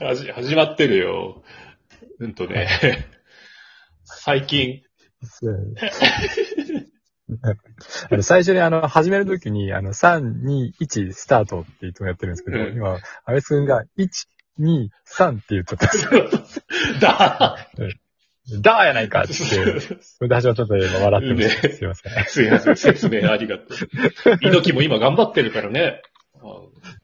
はじ始まってるよ。うんとね、最近、そうやねあの最初にあの、始めるときに、あの、3、2、1、スタートっていつもやってるんですけど、うん今、アレス君が、1、2、3って言っとったんですよ。だダーやないかって言って、ーそれで始まったと今笑ってました。ねすいません。すいません、説明ありがとう。猪木も今頑張ってるからね。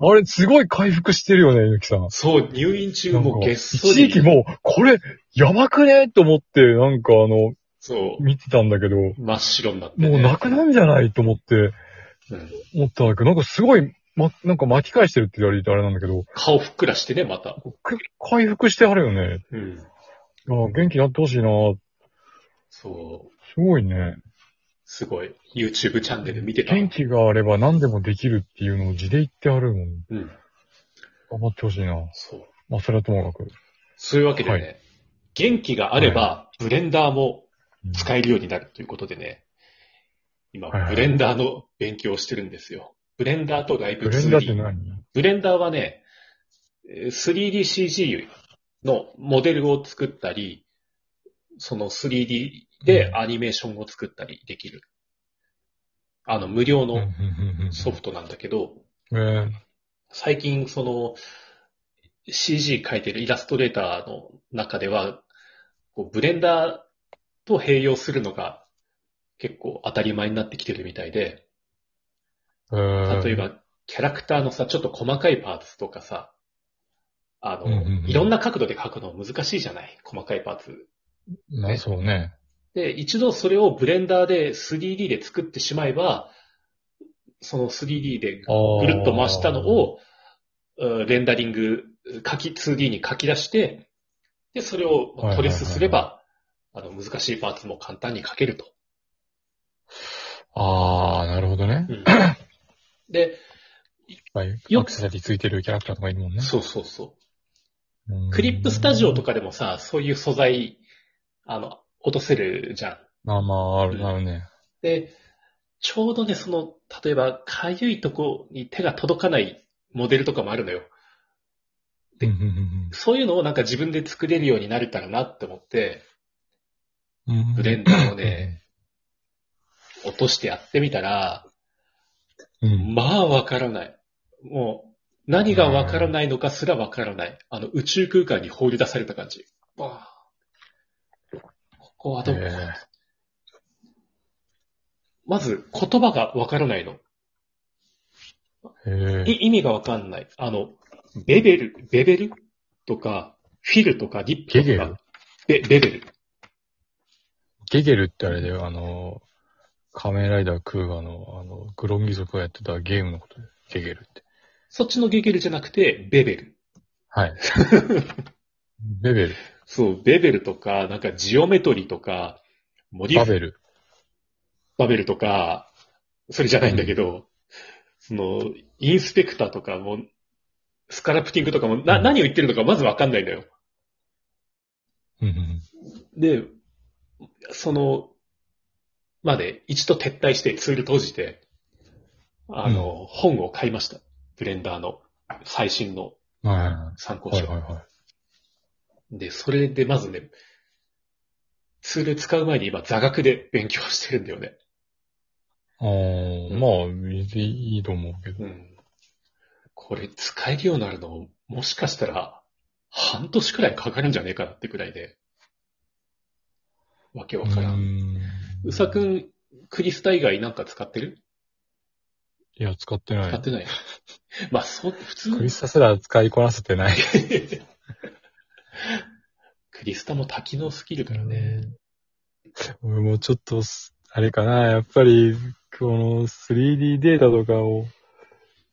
ああれ、すごい回復してるよね、猪木さん。そう、入院中なんもかげっそ一り。時期もう、これ、やばくねと思って、なんかあの、そう、見てたんだけど、真っ白になって、ね。もうなくなるんじゃないと思って、うん思ったんだけど、なんかすごい、ま、なんか巻き返してるって言われてあれなんだけど、顔ふっくらしてね、また。く回復してはるよね。うん。あー元気になってほしいなそう、すごいね。すごい。YouTube チャンネル見てた。元気があれば何でもできるっていうのを字で言ってあるもん。うん。頑張ってほしいなそう。まあ、それはともかく。そういうわけでね、は元気があれば、ブレンダーも使い。えるようになるということでね、今、はいはいブレンダーの勉強をしてるんですよ。ブレンダーとライブブレンダーって 2D。何ブレンダーはね、えー 3DCG のモデルを作ったり、その 3D でアニメーションを作ったりできる。あの、無料うんうんのうんうんソフトなんだけど、えー最近その CG 描いてるイラストレーターの中では、こうブレンダーと併用するのが結構当たり前になってきてるみたいで、えー例えばキャラクターのさ、ちょっと細かいパーツとかさ、あの、うんうんうんいろんな角度で描くの難しいじゃない細かいパーツ。まあ、そうね。で、一度それをブレンダーで 3D で作ってしまえば、その 3D でぐぐるっと回したの、を、うんレンダリング、書き、2D に書き出して、で、それをまあトレスすれば、あの、難しいパーツも簡単に書けると。あー、なるほどね。で、はい。よアクセサリーついてるキャラクターとかいるもんね。そうそうそう。うクリップスタジオとか。かでもさ、そういう素材、あの、落とせるじゃん。まあまあ、ある、あるね。で、ちょうどね、その、例えば、かゆいとこに手が届かないモデルとかもあるのよ。でうんうんそういうのをなんか自分で作れるようになれたらなって思って、うんうんブレンダーをね、落としてやってみたら、うん。まあわからない。もう、何がわからないのかすらわからない。あの、宇宙空間に放り出された感じ。わあここはどこ、えーまず、言葉がわからないの。へいえ。意味がわかんない。あの、ベベル、ベベルとか、フィルとか、リップゲゲとルか、ベベベル。ゲゲルってあれだよ、あの、仮面ライダークーガの、あの、グロンギ族がやってたゲームのことで、ゲゲルって。そっちのゲゲルじゃなくて、ベベル。 はい。ベベル、そう、ベベルとか、なんかジオメトリとか、モディバフベル。バベルとか、それじゃないんだけど、その、インスペクターとかも、スカラプティングとかも、な、うん何を言ってるのかまずわかんないのよ。うんうんで、その、まで一度撤退してツール閉じて、あの、本を買いました。ブレンダーの最新のうん。はいは参考いはい。はい書。はいはい。で、それでまずね、ツール使う前に今座学で勉強してるんだよね。あーまあ、別にいいと思うけど。うん。これ使えるようになるの、もしかしたら、半年くらいかかるんじゃねえかなってくらいで。わけわからん。ん。うさくん、クリスタ以外なんか使ってるいや、使ってな使っい。てない。 まあ、そう、普通クリスタすら使いこなせてない。クリスタも多機能すぎるからね。俺もちょっとす、あれかな、やっぱり、この 3D データとかを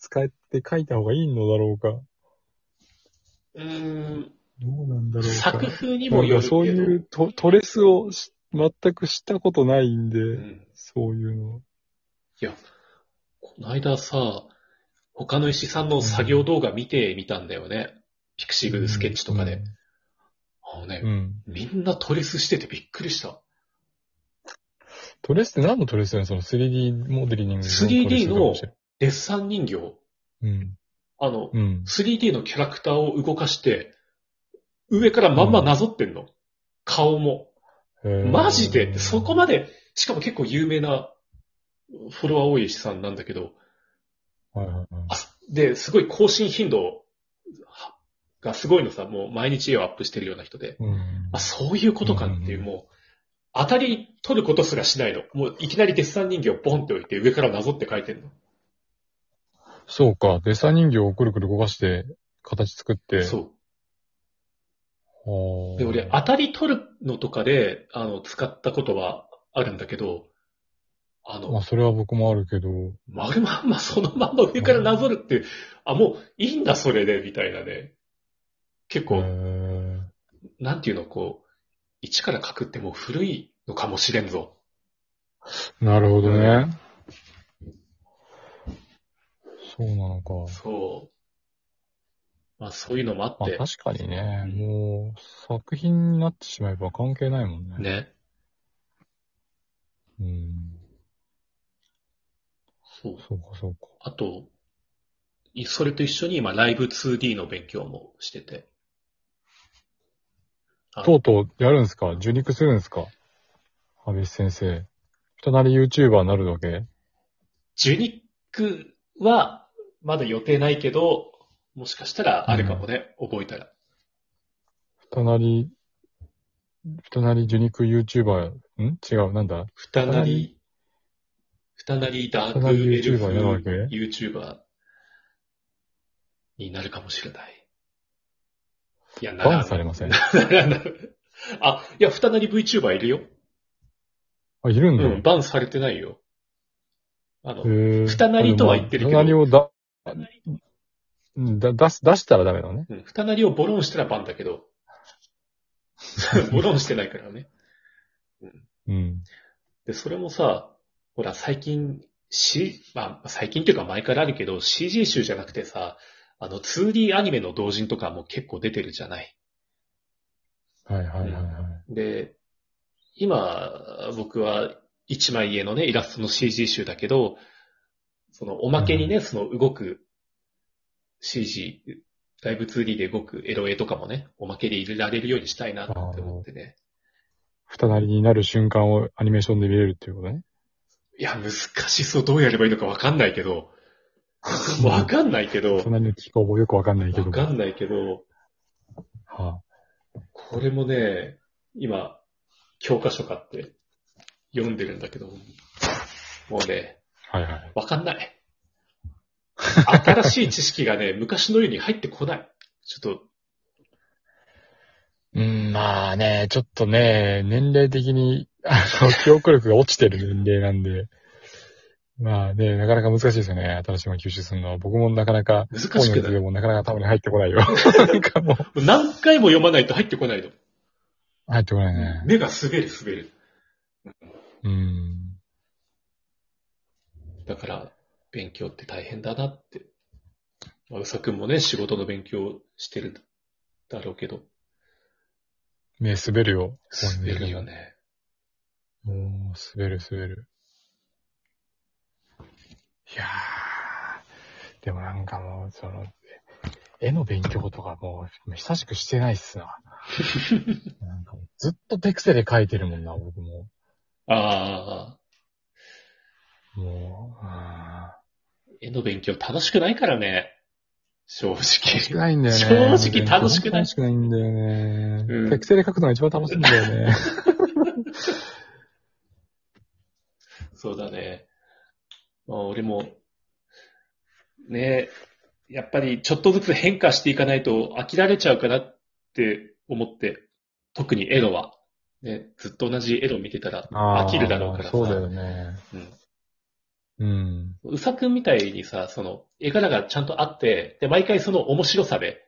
使って書いた方がいいのだろうか。どうーん、うなんだろうか。作風にもよるけど。そういうトトレスをし全くしたことないんで、うんそういうの。いや、この間さ、他の石井さんの作業動画見てみたんだよね。ピクシブスケッチとかで。あのね、うん。うんみんなトレスしててびっくりした。トレスって何のトレスだよねその 3D モデリングのトレス 3D かものしれないデッサン人形。うん。あの、うん。 3D のキャラクターを動かして、上からまんまなぞってんの。顔も。へーマジでってそこまで、しかも結構有名なフォロワー多い資産なんだけど、はいはいはいあで、すごい更新頻度がすごいのさ、もう毎日絵をアップしてるような人で、うんあ、そういうことかっていう、うんもう、当たり取ることすらしないの。もういきなりデッサン人形をボンって置いて上からなぞって書いてるの。そうか。デッサン人形をくるくる動かして、形作って。そう。うで、俺、当たり取るのとかで、あの、使ったことはあるんだけど、あまあ、の、それは僕もあるけど。丸まんまそのまんま上からなぞるって、あ、もういいんだ、それで、みたいなね。結へ構、ーなんていうの、こう、一から書くってもう古いのかもしれんぞ。なるほどね。そうなのか。そう。まあ、そういうのもあまってあ、、確かにね、うんもう、作品になってしまえば関係ないもんね。ね。うん。そう。そうか、そうか。あと、いそれと一緒に今、ライブ 2D の勉強もしてて。あとうとうやるんすか受肉するんすか安倍先生。人なり YouTuber になるわけジュニックは、まだ予定ないけど、もしかしたらあるかもね、覚えたら。人なり、人なり受肉 YouTuber、ん違う、なんだふたななりり、ふたなりダーふたクなりエルフ YouTuber やるわけ YouTuber になるかもしれない。いや、なバらンされません。ならな あ、いや、ふたなり VTuber いるよ。あ、いるんうだ。ん、バンされてないよ。あの、へふたなりとは言ってるけどふたなりをだ、うんだ出す、出したらダメだね。うんふたなりをボロンしたらバンだけ ど、ボロンしてないからね。うん。で、それもさ、ほら、最近、C、まあ、最近っていうか前からあるけど、CG 集じゃなくてさ、あの、2D アニメの同人とかも結構出てるじゃない。はいはいはいはい。で、今、僕は一枚家のね、イラストの CG 集だけど、その、おまけにね、その動く CG、ライブ 2D で動くエロ絵とかもね、おまけで入れられるようにしたいなって思ってね。ふたなりになる瞬間をアニメーションで見れるっていうことね。いや、難しそう。どうやればいいのかわかんないけど、わかんないけ ど、ふたなりの気候もよくわかんないけど。わかんないけど、はこれもね、今、教科書買って読んでるんだけど、もうね、あはいはい。わかんない。新しい知識が ね、昔のように入ってこない。ちょっと、うん、まあね、ちょっとね、年齢的に、あの、記憶力が落ちてる年齢なんで、 まあね、なかなか難しいですよね、新しいものを吸収するのは。僕もなかなか、難本しく読なんでい。もなかなか頭に入ってこ ないよ。なんかもう、何回も読まないと入ってこないの。入ってこないね。目が滑る滑る。うん。だから、勉強って大変だなって。まあ、うさくんもね、仕事の勉強してるだろうけど、目滑るよ。滑るよね。もう、滑る滑る。いやー、でもなんかもう、その、絵の勉強とかもう、久しくしてないっす な。なんかもうずっとペクセル描いてるもんな、僕も。ああ、もう、あ絵の勉強楽しくないからね。正ー楽しく直。ないんだよね。正直楽しくない楽しくないんだよね。うんペクセル描くのが一番楽しいんだよ ね。そうだね。まあ、俺も、ねやっぱりちょっとずつ変化していかないと飽きられちゃうかなって思って、特にエロは。ね、ずっと同じエロ見てたらあー飽きるだろうからさ。そうだよね。うんうん。うさくんみたいにさ、その、絵柄がちゃんとあって、で、毎回その面白さで、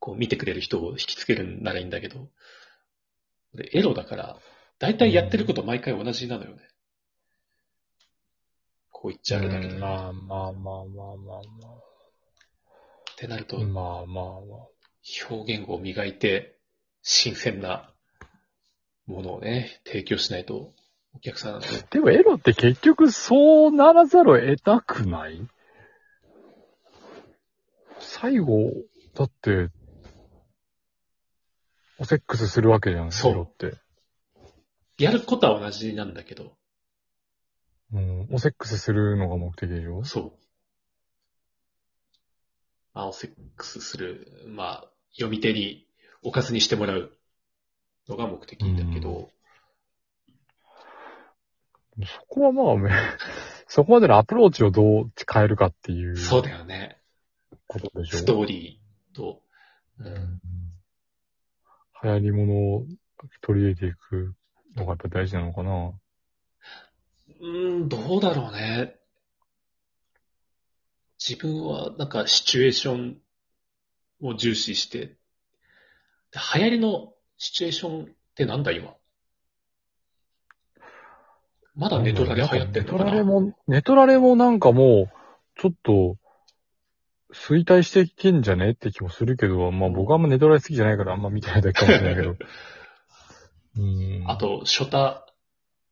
こう見てくれる人を引きつけるんならいいんだけど、でエロだから、大体やってること毎回同じなのよね。こう言っちゃあれだけど、うんっまあまあまあまあまあまあ。てなると、まあまあま表現を磨いて、新鮮なものをね、提供しないと、お客さん、あ。でもエロって結局そうならざるを得たくない最後、だって、おセックスするわけじゃん、そうエロって。やることは同じなんだけど、うん、おセックスするのが目的でしょそう。まあ、おセックスする、まあ、読み手におかずにしてもらうのが目的だけど、そこはまあ、め そこまでのアプローチをどう変えるかっていうそうだよね。ことでしょストーリーと、ううんん、流行り物を取り入れていくのがやっぱ大事なのかな。うん、どうだろうね。自分はなんかシチュエーションを重視して、で流行りのシチュエーションってなんだ今。まだネトラレ流行ってんのかネトラなレも、ネトラレもなんかもう、ちょっと、衰退してきてんじゃねって気もするけど、まあ僕はあんまネトラレ好きじゃないからあんま見てないだけかもしれない けど。うん。あ、と、ショタ、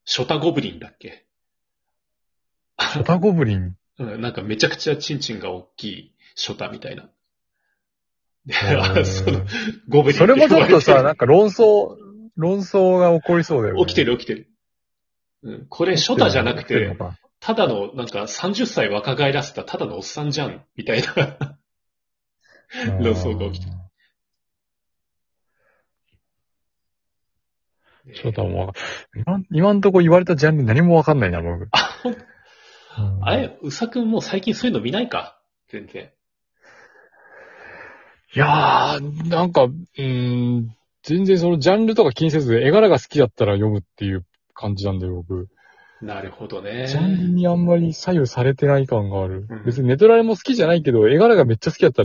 ショタゴブリンだっけショタゴブリン。うん、なんかめちゃくちゃチンチンが大きいショタみたいな。で、う あんその、ゴブリンそれもちょっと さ、なんかか論争、論争が起こりそうだよね。起きてる起きてる。うん、これショタじゃなく起きるのて、かただの、なんか30歳若返らせたただのおっさんじゃん、みたいな。論争が起きて ショタもわか今、今んとこ言われたジャンル何もわかんないな、僕。あ、ほんうんあれ、うさくんもう最近そういうの見ないか全然。いやー、なんか、うーん、全然そのジャンルとか気にせず、絵柄が好きだったら読むっていう感じなんだよ、僕。なるほどね。ジャンルにあんまり左右されてない感があるうん。別にネトラレも好きじゃないけど、絵柄がめっちゃ好きだったら